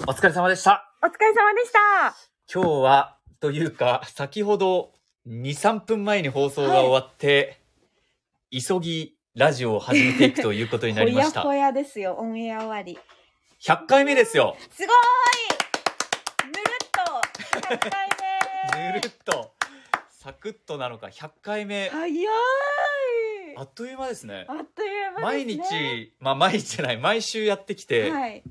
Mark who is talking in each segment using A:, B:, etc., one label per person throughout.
A: お疲れ様でした。
B: お疲れ様でした。
A: 今日は、というか、先ほど2、3分前に放送が終わって、急ぎラジオを始めていくということにな
B: ほ
A: りま
B: や
A: した
B: ほ。やですよ、オンエア終わり。
A: 100回目ですよ。
B: すごーいぬるっと !100 回
A: ぬ
B: 目
A: るっと、サクッとなのか、100回目。
B: 早い
A: あっという間ですね。
B: あっという間で
A: 毎
B: すね。
A: 日、まあ毎日じゃない、毎週やってきて、
B: はい。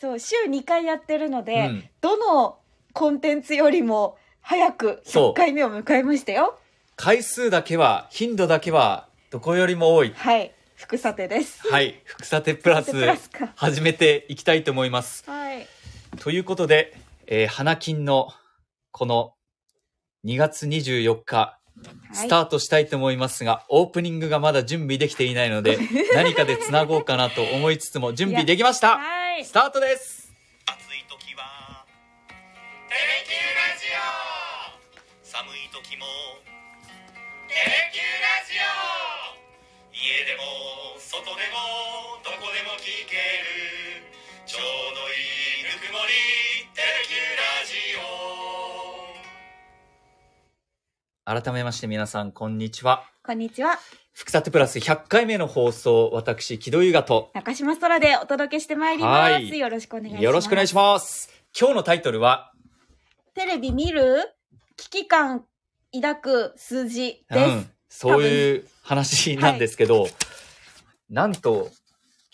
B: そう、週2回やってるの
A: う
B: で、
A: ん、
B: どのコンテンツよりも早く
A: そう
B: 100回目を迎えましたよ。
A: 回数だけは、頻度だけは、どこよりも多い。
B: はい。副査定です。
A: はい、福さてプラス
B: 副査定プラスか。
A: 始めていきたいと思います。
B: はい。
A: ということで、えー花金のこの2月24日、ス
B: は
A: タートしたいと思いますが、オープニングがまだ準備できていないの で、何かでつなごうかなと思いつつも準備できまし
B: い。
A: た
B: はい
A: スタートです
C: 暑い時は「テレキューラジオ」寒い時も「テレキューラジオ」家でも外でもどこでも聞けるちょうどいいぬくもり「テレキューラジオ」
A: 改めまして皆さん、こんにちは。
B: こんにちは。
A: 福さてプラス100回目の放送、私、木戸優雅と、
B: 中島空でお届けしてまいります。
A: はい
B: よろしくお願いします。
A: よろしくお願いします。今日のタイトルは、
B: テレビ見る危機感抱く数字です。
A: うん、そういう話なんですけど、なんと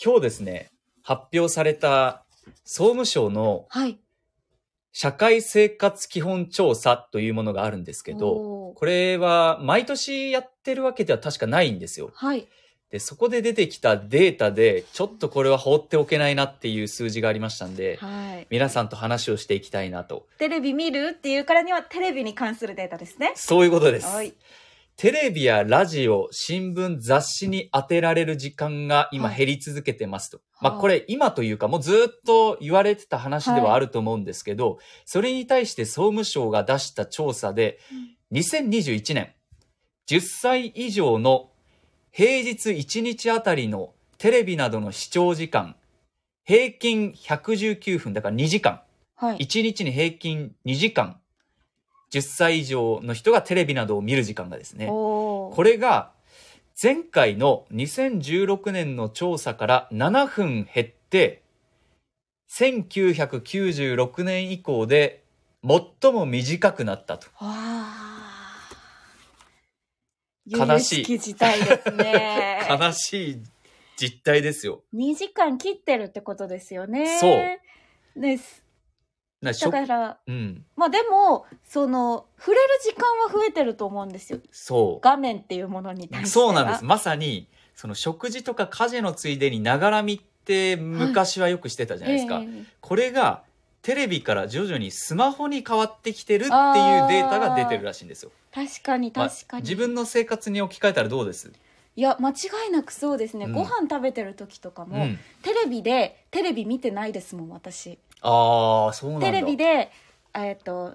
A: 今日ですね発表された総務省の
B: はい。
A: 社会生活基本調査というものがあるんですけど
B: おー
A: これは毎年やってるわけでは確かないんですよ。
B: はい。
A: でそこで出てきたデータでちょっとこれは放っておけないなっていう数字がありましたんで
B: はい。
A: 皆さんと話をしていきたいなと
B: テレビ見るっていうからにはテレビに関するデータですね。
A: そういうことです。
B: はい。
A: テレビやラジオ、新聞、雑誌に当てられる時間が今
B: はい
A: 減り続けてますと。ま
B: は
A: あ
B: い
A: これ今というかもうずっと言われてた話ではあると思うんですけど、それに対して総務省が出した調査で、2021年、10歳以上の平日1日あたりのテレビなどの視聴時間、平均119分、だから2時間。
B: はい。
A: 1日に平均2時間、10歳以上の人がテレビなどを見る時間がですね。
B: おー
A: これが前回の2016年の調査から7分減って1996年以降で最も短くなったと。
B: わあ。
A: 悲しい。
B: 由々き事態ですね
A: 悲しい実態ですよ。
B: 2時間切ってるってことですよね。。
A: そう
B: です。
A: なしょ
B: だから、
A: うん、
B: まあでも、その、触れる時間は増えてると思うんですよ。
A: そ
B: 画面っていうものに対して
A: う。
B: は。
A: そうなんです。まさに、その食事とか家事のついでにながら見って昔はよくしてたじゃないですか。
B: ええ
A: これがテレビから徐々にスマホに変わってきてるっていうデ
B: あー
A: ータが出てるらしいんですよ。
B: 確かに
A: まあ
B: 確かに、
A: 自分の生活に置き換えたらどうです、
B: いや間違いなくそうですね、
A: うん
B: ご飯食べてる時とか
A: う
B: も、
A: ん、
B: テレビでテレビ見てないですもん私
A: ああそうなんだ
B: テレビ
A: で
B: でえっ、と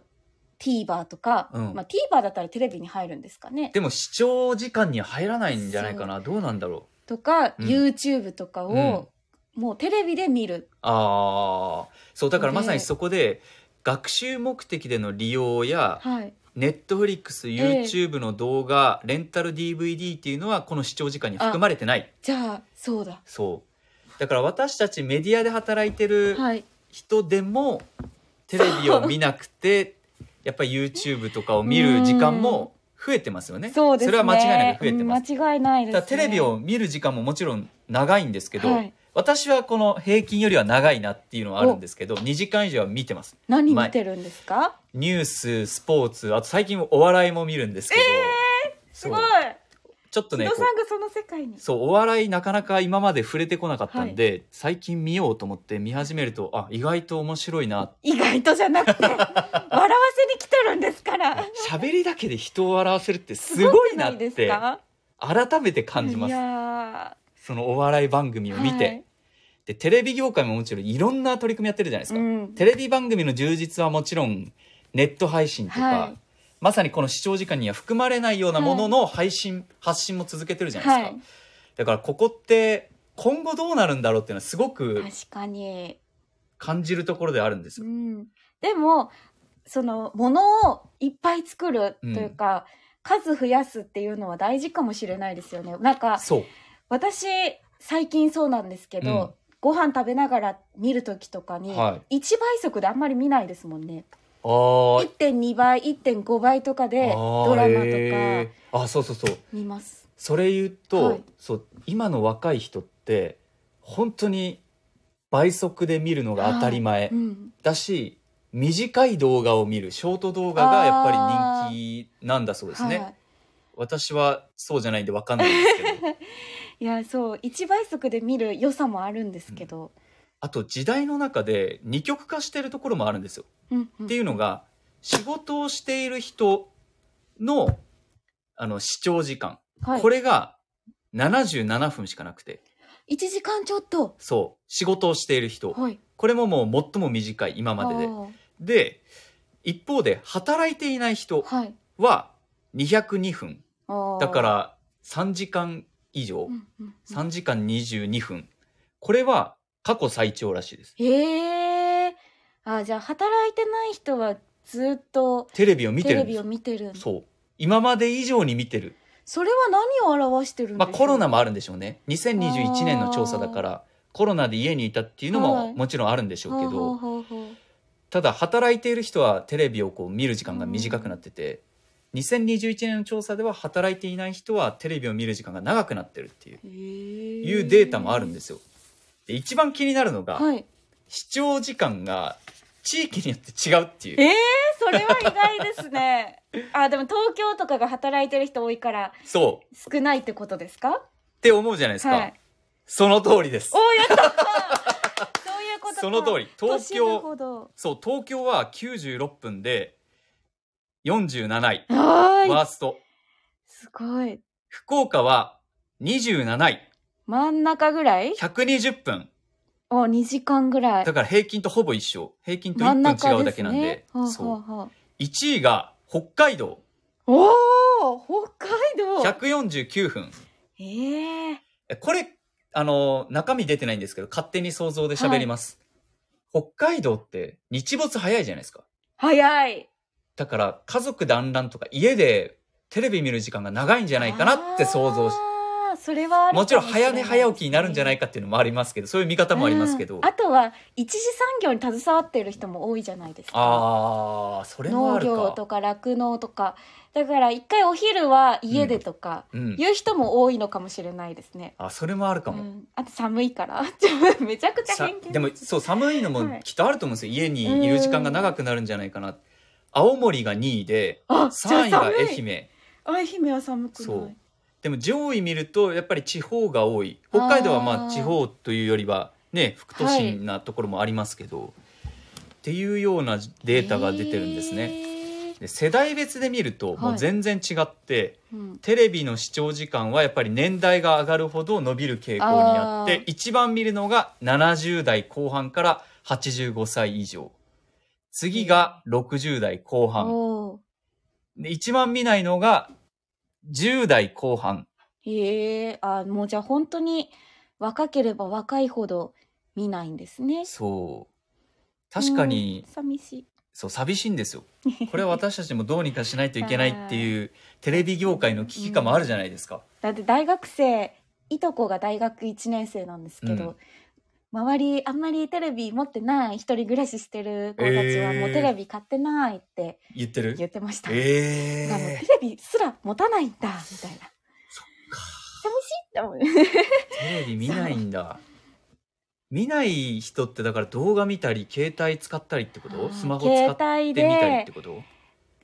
B: TVer とか、
A: うん
B: まあ、TVer だったらテレビに入るんですかね
A: も視聴時間に入らないんじゃないかなどうなんだろう
B: とか、
A: うん
B: YouTube とかを、もうテレビで見る
A: ああそうだからまさに
B: ね
A: そこで学習目的での利用や
B: はい
A: ネットフリックス
B: ええ
A: YouTube の動画、レンタル DVD っていうのはこの視聴時間に含まれてない
B: じゃあそうだ
A: そうだから私たちメディアで働いてる
B: はい
A: 人でもテレビを見なくてやっぱり YouTube とかを見る時間も増えてますよね。
B: そうですね
A: れは間違いなく増えてます。
B: うん間違いないです、
A: だ
B: ね、
A: からテレビを見る時間ももちろん長いんですけど、
B: はい
A: 私はこの平均よりは長いなっていうのはあるんですけど2時間以上は見てます。
B: 何見てるんですか
A: ニューススポーツあと最近お笑いも見るんですけど、
B: す
A: そう
B: ごい
A: ちょっと
B: 木
A: ね
B: 戸
A: こ
B: さんがその世界に
A: うそうお笑いなかなか今まで触れてこなかったんで、最近見ようと思って見始めるとあ意外と面白いなって
B: 意外とじゃ なくて笑わせに来てるんですから
A: 喋りだけで人を笑わせるってすごいなっ
B: すごくいです
A: て
B: か
A: 改めて感じま
B: い
A: す
B: や
A: そのお笑い番組を見て、
B: はい
A: でテレビ業界ももちろんいろんな取り組みやってるじゃないです
B: ー
A: か、
B: うん
A: テレビ番組の充実はもちろんネット配信とか、
B: はい
A: まさにこの視聴時間には含まれないようなものの配信、発信も続けてるじゃないですか、だからここって今後どうなるんだろうっていうのはすごく
B: はい、確かに
A: 感じるところではあるんです
B: う
A: よ。
B: ん、でもそのものをいっぱい作るというか、数増やすっていうのは大事かもしれないですよねなんか
A: そう。
B: 私最近そうなんですけど、ご飯食べながら見る時とかに、
A: は
B: 1倍速であんまり見ないですもんね
A: あー
B: 1.2倍1.5倍とかで
A: あー
B: ドラマと
A: へ
B: か
A: ーあそうそうそう。
B: 見ます、
A: それ言うと、
B: はい
A: そう今の若い人って本当に倍速で見るのが当たり前、
B: うん、
A: だし短い動画を見るショート動画がやっぱり人気なんだそうですね、
B: はい
A: 私はそうじゃないんでわかんないんですけ ど
B: いやそう1倍速で見る良さもあるんですけど、
A: あと時代の中で二極化してるところもあるんですよ
B: うんうん
A: っていうのが仕事をしている人のあの視聴時間、
B: はい、
A: これが77分しかなくて
B: 1時間ちょっと
A: そう仕事をしている人、
B: はい
A: これももう最も短い今までで
B: あー
A: で一方で働いていない人
B: はい
A: は202分
B: あー
A: だから3時間以上
B: うんうんうん
A: 3時間22分これは過去最長らしいです
B: へえあじゃあ働いてない人はずっと
A: テレビを見て
B: テ
A: る
B: レ
A: んです
B: ビを
A: よ
B: 見てるんだ
A: そう今まで以上に見てる、
B: それは何を表してるんで
A: まあ、
B: すか、
A: コロナもあるんでしょうね2021年の調査だからコロナで家にいたっていうの
B: は
A: も
B: い
A: もちろんあるんでしょうけ
B: ほう
A: ど
B: ほうほうほう
A: ただ働いている人はテレビをこう見る時間が短くなってて2021年の調査では働いていない人はテレビを見る時間が長くなってるっていう
B: へ
A: いうデータもあるん
B: で
A: ですよ。で一番気になるのが、
B: はい
A: 視聴時間が地域によって違うっていう
B: えー、それは意外ですねあでも東京とかが働いてる人多いから
A: そう
B: 少ないってことですか
A: って思うじゃないですか、
B: はい
A: その通りです
B: おおやったーそういうことか
A: その通り東京
B: 都市部ほど
A: そう東京は96分で47位
B: はー
A: ワ
B: い
A: ースト
B: すごい
A: 福岡は27位
B: 真ん中ぐらい
A: 120分
B: お2時間ぐらい
A: だから平均とほぼ一緒平均と
B: 真ん
A: 1
B: 中
A: 分違うだけなんで
B: ですね、
A: そ
B: ほう
A: う
B: ほうほう
A: 1位が北海道
B: おお北海道
A: 149分
B: ええ
A: これあの中身出てないんですけど勝手に想像で喋ります、北海道って日没早いじゃないですか
B: 早い
A: だから家族団らんとか家でテレビ見る時間が長いんじゃないかなって想像し
B: あーそれはあるか
A: もちろん早寝早起きになるんじゃない
B: か
A: かっていうのもありますけどそういう見方もありますけど、
B: うんあとは一次産業に携わってる人も多いじゃないですか
A: あーそれもあ
B: 農
A: るか
B: 業とか酪農とかだから一回お昼は家でとか、
A: うん、
B: いう人も多いのかもしれないですね。
A: あそれもあるか
B: う
A: も、
B: ん、あと寒いから ちょっとめちゃくちゃ
A: さ
B: 偏見
A: でもそう寒いの
B: は
A: も
B: い
A: きっとあると思うんですよ、家にいる時間が長くなるんじゃないかな青森が2位で
B: あじゃあ
A: 3位が
B: 寒い
A: 愛媛
B: 愛媛は寒く
A: そ
B: な
A: う
B: い
A: でも上位見るとやっぱり地方が多い北海道はま
B: あ
A: あ
B: ー
A: 地方というよりはね副都心なところもありますけど、っていうようなデータが出てるんですね。
B: ね、
A: で世代別で見るとも
B: は
A: う
B: い
A: 全然違って、
B: うん、
A: テレビの視聴時間はやっぱり年代が上がるほど伸びる傾向にあって
B: あー
A: 一番見るのが70代後半から85歳以上次が60代後半
B: おー
A: で一番見ないのが10代後半
B: へえあもうじゃあ本当に若ければ若いほど見ないんですね
A: そう確かに
B: うん寂しい
A: そう寂しいんです よこれは私たちもどうにかしないといけないっていうテレビ業界の危機感もあるじゃないですか、
B: だって大学生いとこが大学1年生なんですけど、周りあんまりテレビ持ってない一人暮らししてる子たちは
A: えー
B: もうテレビ買ってないって
A: 言ってる
B: 言ってました、
A: え
B: あの
A: え
B: テレビすら持たないんだみたいな寂しいって思う
A: テレビ見ないんだ見ない人ってだから動画見たり携帯使ったりってこ
B: あ
A: と
B: ー
A: スマホ使って
B: 携
A: 見
B: 帯
A: たりっ
B: で
A: てこと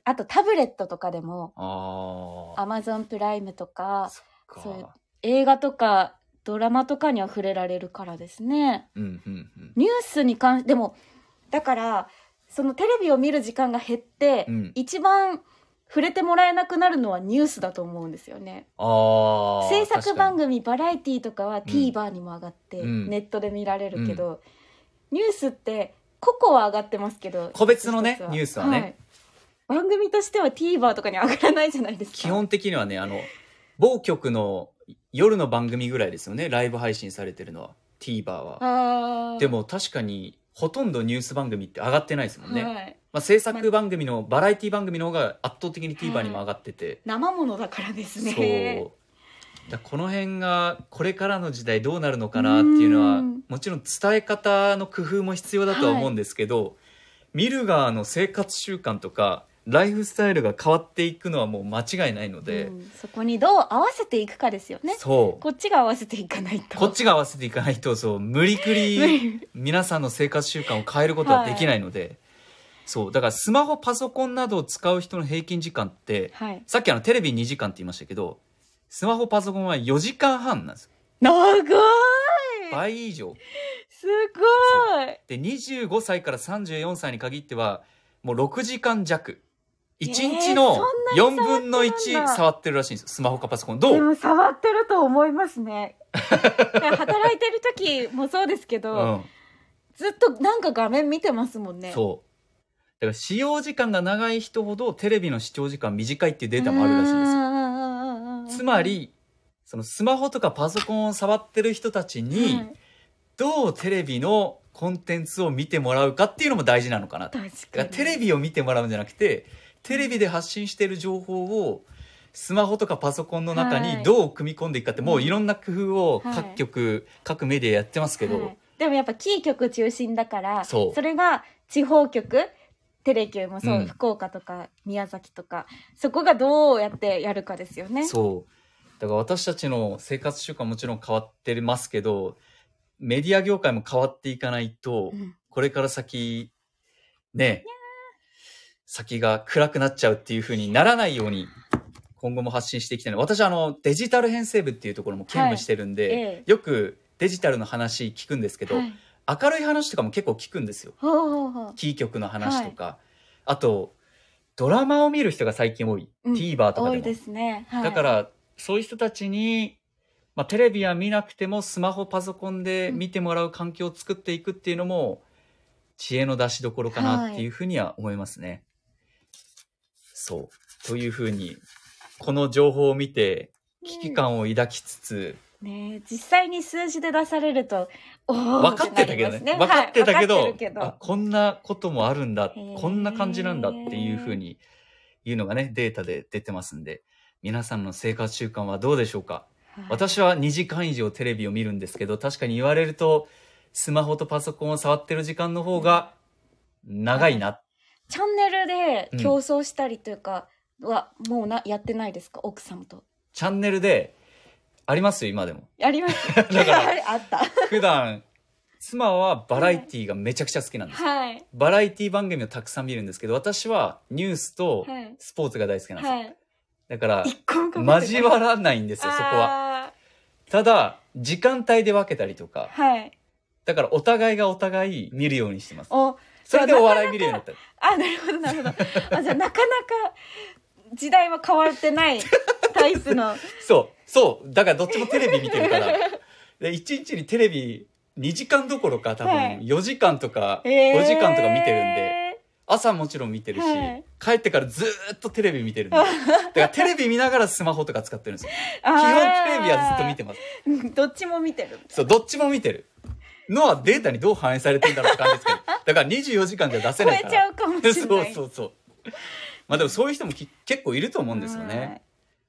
B: あとタブレットとかでも
A: あ
B: Amazon プライムと
A: あ
B: か
A: そっ
B: そういう
A: か
B: 映画とかドラマとかには触れられるからですね
A: うんうんうん
B: ニュースに関しでもだからそのテレビを見る時間が減って、
A: うん
B: 一番触れてもらえなくなるのはニュースだと思うんですよね
A: ああ
B: 制作番
A: 組
B: 組バラエティーとかは TVer にも上がって、
A: うん
B: ネットで見られるけど、ニュースって個々は上がってますけど
A: 個別のね
B: 一つ一つ
A: ニュースはね
B: い番組としては TVer とかに上がらないじゃないですか
A: 基本的にはねあの某局の夜の番組ぐらいですよねライブ配信されてるのは TVer は
B: あー
A: でも確かにほとんどニュース番組って上がってないですもんね、
B: はい、
A: まあ、制作番組のバラエティ番組の方が圧倒的に TVer にも上がってて、
B: 生ものだからですね
A: そうだこの辺がこれからの時代どうなるのかなっていうのは
B: うん
A: もちろん伝え方の工夫も必要だとは思うんですけど、見る側の生活習慣とかライフスタイルが変わっていくのはもう間違いないので、
B: うんそこにどう合わせていくかですよね
A: そう
B: こっちが合わせていかないと
A: こっちが合わせていかないとそう無理く
B: 無
A: り
B: 理
A: 皆さんの生活習慣を変えることはできないので、そうだからスマホパソコンなどを使う人の平均時間って
B: はい
A: さっきあのテレビ2時間って言いましたけどスマホパソコンは4時間半なんですよ
B: 長い
A: 倍以上
B: すごい
A: で25歳から34歳に限ってはもう6時間弱1日の
B: えーそ
A: 4
B: んなに
A: 分の
B: 触ってるん
A: 1
B: だ
A: 触ってるらしいんですよスマホかパソコン
B: で
A: どう、
B: も触ってると思います ね働いてる時もそうですけ
A: う
B: ど、
A: ん、
B: ずっとなんか画面見てますもんね
A: そうだから使用時間が長い人ほどテレビの視聴時間短いっていうデータもあるらしいんですよ
B: です
A: つま、りそのスマホとかパソコンを触ってる人たちに
B: はい
A: どうテレビのコンテンツを見てもらうかっていうのも大事なのかなと
B: 確か
A: だ
B: に
A: からテレビを見てもらうんじゃなくてテレビで発信している情報をスマホとかパソコンの中
B: は
A: に
B: い
A: どう組み込んでいくかって、もういろんな工夫を
B: はい
A: 各局、各メディアやってますけど、
B: はいでもやっぱキー局中心だから
A: そう
B: れが地方局テレキューもそう、
A: うん
B: 福岡とか宮崎とかそこがどうやってやるかですよね
A: そうだから私たちの生活習慣もちろん変わってますけどメディア業界も変わっていかないと、
B: うん
A: これから先ね先が暗くなっちゃうっていう風にならないように今後も発信していきたいの私あのデジタル編成部っていうところも兼務してるんで、
B: はいえ
A: よくデジタルの話聞くんですけど、
B: はい
A: 明るい話とかも結構聞くんですよ
B: ほうほうほう
A: キー局の話とか、あとドラマを見る人が最近多い、
B: うん
A: TVer とか
B: 多
A: で
B: い
A: も
B: ですね、はい、
A: だからそういう人たちに、まあ、テレビは見なくてもスマホパソコンで見てもらう環境を作っていくっていうのも知恵の出しどころかなっていうふうには思いますね。そうというふうにこの情報を見て危機感を抱きつつ、
B: ね実際に数字で出されるとおー
A: 分かってたけどね
B: な
A: 分
B: ります
A: かってたけど,、
B: はい分かってる
A: あこんなこともあるんだ
B: ー
A: こんな感じなんだっていうふうにいうのがねデータで出てますんで皆さんの生活習慣はどうでしょうか
B: はい
A: 私は2時間以上テレビを見るんですけど確かに言われるとスマホとパソコンを触ってる時間の方が長いな、
B: チャンネルで競争したりというかは、もうなやってないですか奥さんと
A: チャンネルでありますよ今でも
B: やります
A: ら
B: あった
A: 普段妻はバラエティーがめちゃくちゃ好きなんです、
B: はい
A: バラエティ番組をたくさん見るんですけど私はニュースと
B: はい
A: スポーツが大好きなんですよ、
B: はい
A: だから
B: 一個もかぶってない
A: 交わらないんですよそこは
B: あ
A: ただ時間帯で分けたりとか
B: ーはい
A: だからお互いがお互い見るようにしてます
B: お
A: それでお笑い見るようになった
B: あなるほどなるほどあじゃあなかなか時代は変わってないタイ プの
A: そう、そう。だからどっちもテレビ見てるから。で、1日にテレビ2時間どころか多分
B: はい
A: 4時間とか
B: えー
A: 5時間とか見てるんで、朝もちろん見てるし、
B: はい
A: 帰ってからずーっとテレビ見てるん で。だからテレビ見ながらスマホとか使ってるんですよ。基
B: あー
A: 本テレビはずっと見てます。
B: うんどっちも見てる
A: そう、どっちも見てる。のはデータにどう反映されてんだろうって感じですけど。だから24時間じゃ出せ
B: 超
A: ない
B: え
A: から。
B: ちゃうかもしれない
A: そうそうそう。まあでもそういう人もき結構いると思うんですよ
B: はい
A: ね。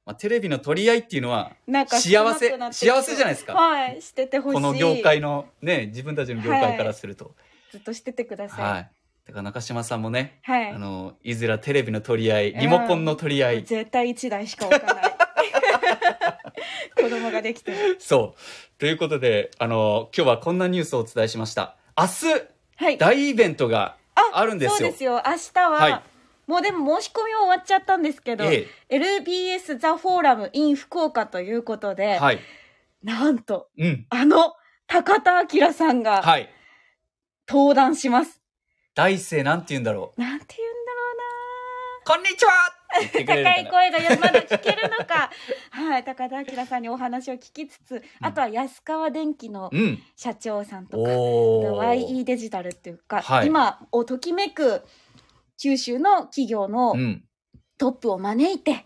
A: まあ、テレビの取り合いっていうのは
B: なんか
A: 幸せ
B: 少なくなってきそう
A: 幸せじゃないですか
B: はいしててほしい
A: この業界のね自分たちの業界からすると、
B: ずっとしててくだ
A: はい
B: さい
A: だから中島さんもね、
B: はい
A: あのいずれテレビの取り合い
B: うん
A: リモコンの取り合 い、
B: 絶対一台しか置 かない子供ができてる
A: そうということであの今日はこんなニュースをお伝えしました明
B: はい
A: 日大イベントがあるんです
B: そう
A: よ
B: ですよ明日は、
A: はい
B: もうでも申し込みは終わっちゃったんですけど、
A: え
B: LBS ザフォーラム in 福岡ということで、
A: はい
B: なんと
A: うん
B: あの高田明さんが
A: はい
B: 登壇します、
A: 大勢なんて言うんだろ
B: なんて言うんだ
A: う
B: ろうな
A: こんにちはって言ってくれる
B: 高
A: か
B: い
A: な
B: 声がよまだ聞けるのか はい高田明さんにお話を聞きつつあとは安川電機の
A: うん
B: 社長さんとか、
A: おー
B: YE デジタルっていうか、
A: はい
B: 今をときめく九州の企業の
A: うん
B: トップを招いて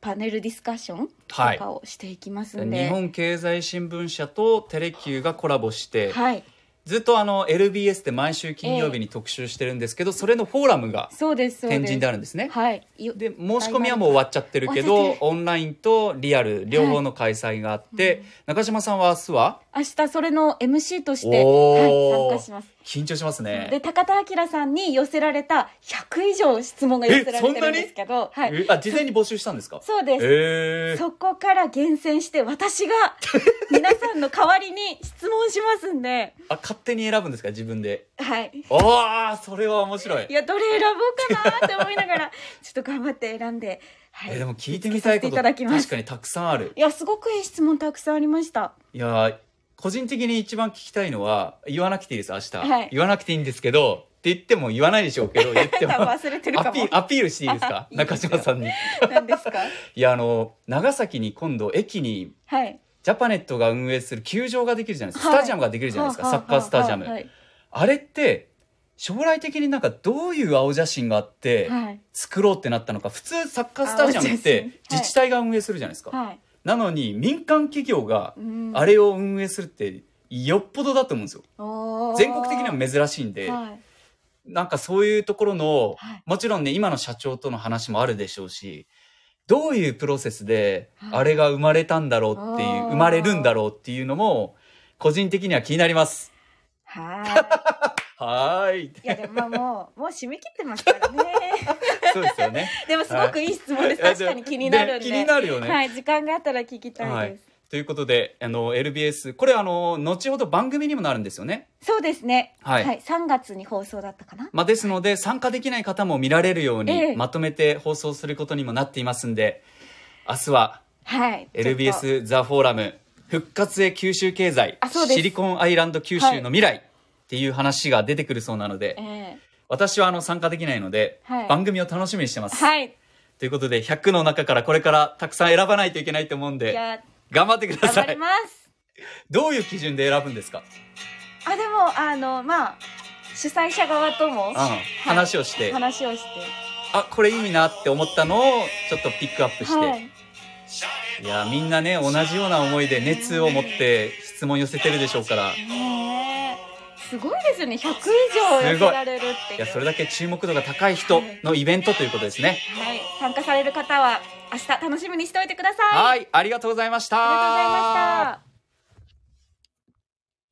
B: パネルディスカッションと
A: はい
B: かをしていきますんで、
A: 日本経済新聞社とテレキューがコラボして、
B: はい
A: ずっとあの LBS って毎週金曜日に特集してるんですけど、それのフォーラムが
B: そうですそうです
A: 天神であるんですね。
B: はいよ
A: で申し込みはもう終わっちゃってるけ
B: 終わっ
A: ど
B: ちゃって
A: オンラインとリアル両方の開催があって、中島さんは明日は
B: 明日それの MC として、
A: おー
B: はい、参加します
A: 緊張します
B: で
A: ね。
B: 高田明さんに寄せられた100以上質問が寄せられてるんですけど、はい、
A: えあ事前に募集したんですか
B: そうです、
A: えー、
B: そこから厳選して私 が皆さんの代わりに質問しますんで、
A: あ勝手に選ぶんですか自分で
B: はい、
A: ああそれは面白い
B: いやどれ選ぼうかなって思いなが らちょっと頑張って選んで、はい、
A: えでも聞いてみたいこと
B: 見つけさせてだきます
A: 確かにたくさんある
B: いやすごくいい質問たくさんありました
A: いやー個人的に一番聞きたいのは言わなくていいです明日、
B: はい
A: 言わなくていいんですけどって言っても言わないでしょう けど言って
B: 多
A: も
B: 分忘れてる
A: ア
B: か
A: ピ
B: も
A: ーアピールしていいですか
B: いい
A: 中
B: ですよ
A: 島さんに
B: なんですか
A: いやあの長崎に今度駅に
B: はい
A: ジャパネットが運営する球場ができるじゃないですか、
B: はい
A: スタジアムができるじゃないですか、サッカースタジアム、
B: はい
A: あれって将来的になんかどういう青写真があって
B: はい
A: 作ろうってなったのか普通サッカースタジアムっ
B: 青写真は
A: て
B: い
A: 自治体が運営するじゃないですか、
B: はい
A: なのに民間企業が
B: うん
A: あれを運営するってよっぽどだと思うんですよ
B: おー
A: 全国的には珍しいんで、
B: はい
A: なんかそういうところの、
B: はい
A: もちろんね、今の社長との話もあるでしょうし、どういうプロセスで、
B: はい
A: あれが生まれたんだろうっていう、
B: あー
A: 生まれるんだろうっていうのも、個人的には気になります。
B: は
A: はーい。
B: いいやでもまあもうもう締め切ってますから ね
A: そうですよね。
B: でもすごくいい質問です 確かに気になるんで
A: ね気になるよね。
B: はい時間があったら聞き
A: は
B: たい
A: い
B: です、
A: ということで、あの、LBS、これあの、後ほど番組にもなるんですよね。
B: そうですね
A: はい
B: 3月に放送だったかな
A: まあ、ですので、参加できない方も見られるように、
B: ええ
A: まとめて放送することにもなっていますんで、明日は
B: はい
A: LBS ザ・フォーラム復活へ九州経済
B: あそうです
A: シリコンアイランド九州の未来っていう話が出てくるそうなので、
B: ええ
A: 私はあの参加できないので、
B: はい
A: 番組を楽しみにしてます、
B: はい
A: ということで100の中からこれからたくさん選ばないといけないと思うん
B: い
A: で
B: や
A: 頑張ってくだ
B: 頑
A: さ
B: 張り
A: い
B: ます
A: どういう基準で選ぶんですか、
B: あでもあのまあ主催者側とも
A: うん、話をして、
B: 話をして
A: あこれいいなって思ったのをちょっとピックアップして、
B: はい
A: いやみんなね同じような思いで熱を持って質問寄せてるでしょうから
B: ねえすごいですよね100以上寄せられるっていう
A: いやそれだけ注目度が高い人のイベントということですね
B: はい、参加される方は明日楽しみにしておいてください。
A: はい、ありがとうございました。
B: ありがとうございました。